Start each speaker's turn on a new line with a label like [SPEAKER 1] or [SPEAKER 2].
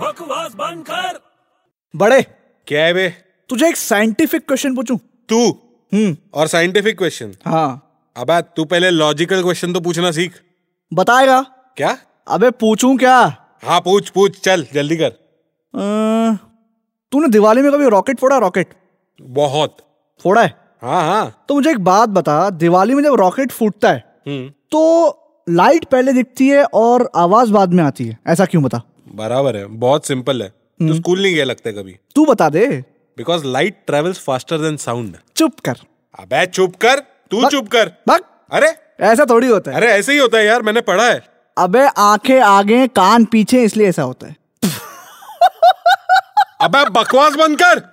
[SPEAKER 1] बकवास बंद कर
[SPEAKER 2] बड़े
[SPEAKER 3] क्या है बे
[SPEAKER 2] तुझे एक साइंटिफिक क्वेश्चन पूछूं
[SPEAKER 3] तू
[SPEAKER 2] हम्म
[SPEAKER 3] और साइंटिफिक क्वेश्चन
[SPEAKER 2] हाँ
[SPEAKER 3] अबे तू पहले लॉजिकल क्वेश्चन तो पूछना सीख
[SPEAKER 2] बताएगा
[SPEAKER 3] क्या
[SPEAKER 2] अबे पूछूं क्या
[SPEAKER 3] हाँ पूछ पूछ चल जल्दी कर
[SPEAKER 2] अं, तूने दिवाली में कभी रॉकेट फोड़ा रॉकेट
[SPEAKER 3] बहुत
[SPEAKER 2] फोड़ा है
[SPEAKER 3] हाँ हाँ
[SPEAKER 2] तो मुझे एक बात बता दिवाली में जब रॉकेट फूटता है
[SPEAKER 3] हम्म
[SPEAKER 2] तो लाइट पहले दिखती है और आवाज बाद में आती है ऐसा क्यों बता
[SPEAKER 3] बराबर है बहुत सिंपल है तू स्कूल नहीं गया लगता है कभी
[SPEAKER 2] तू बता दे
[SPEAKER 3] because light travels faster than sound
[SPEAKER 2] चुप कर
[SPEAKER 3] अबे चुप कर तू चुप कर
[SPEAKER 2] बक
[SPEAKER 3] अरे
[SPEAKER 2] ऐसा थोड़ी होता है
[SPEAKER 3] अरे ऐसे ही होता है यार मैंने पढ़ा है
[SPEAKER 2] अबे आंखें आगे कान पीछे इसलिए ऐसा होता है
[SPEAKER 3] अबे बकवास बंद कर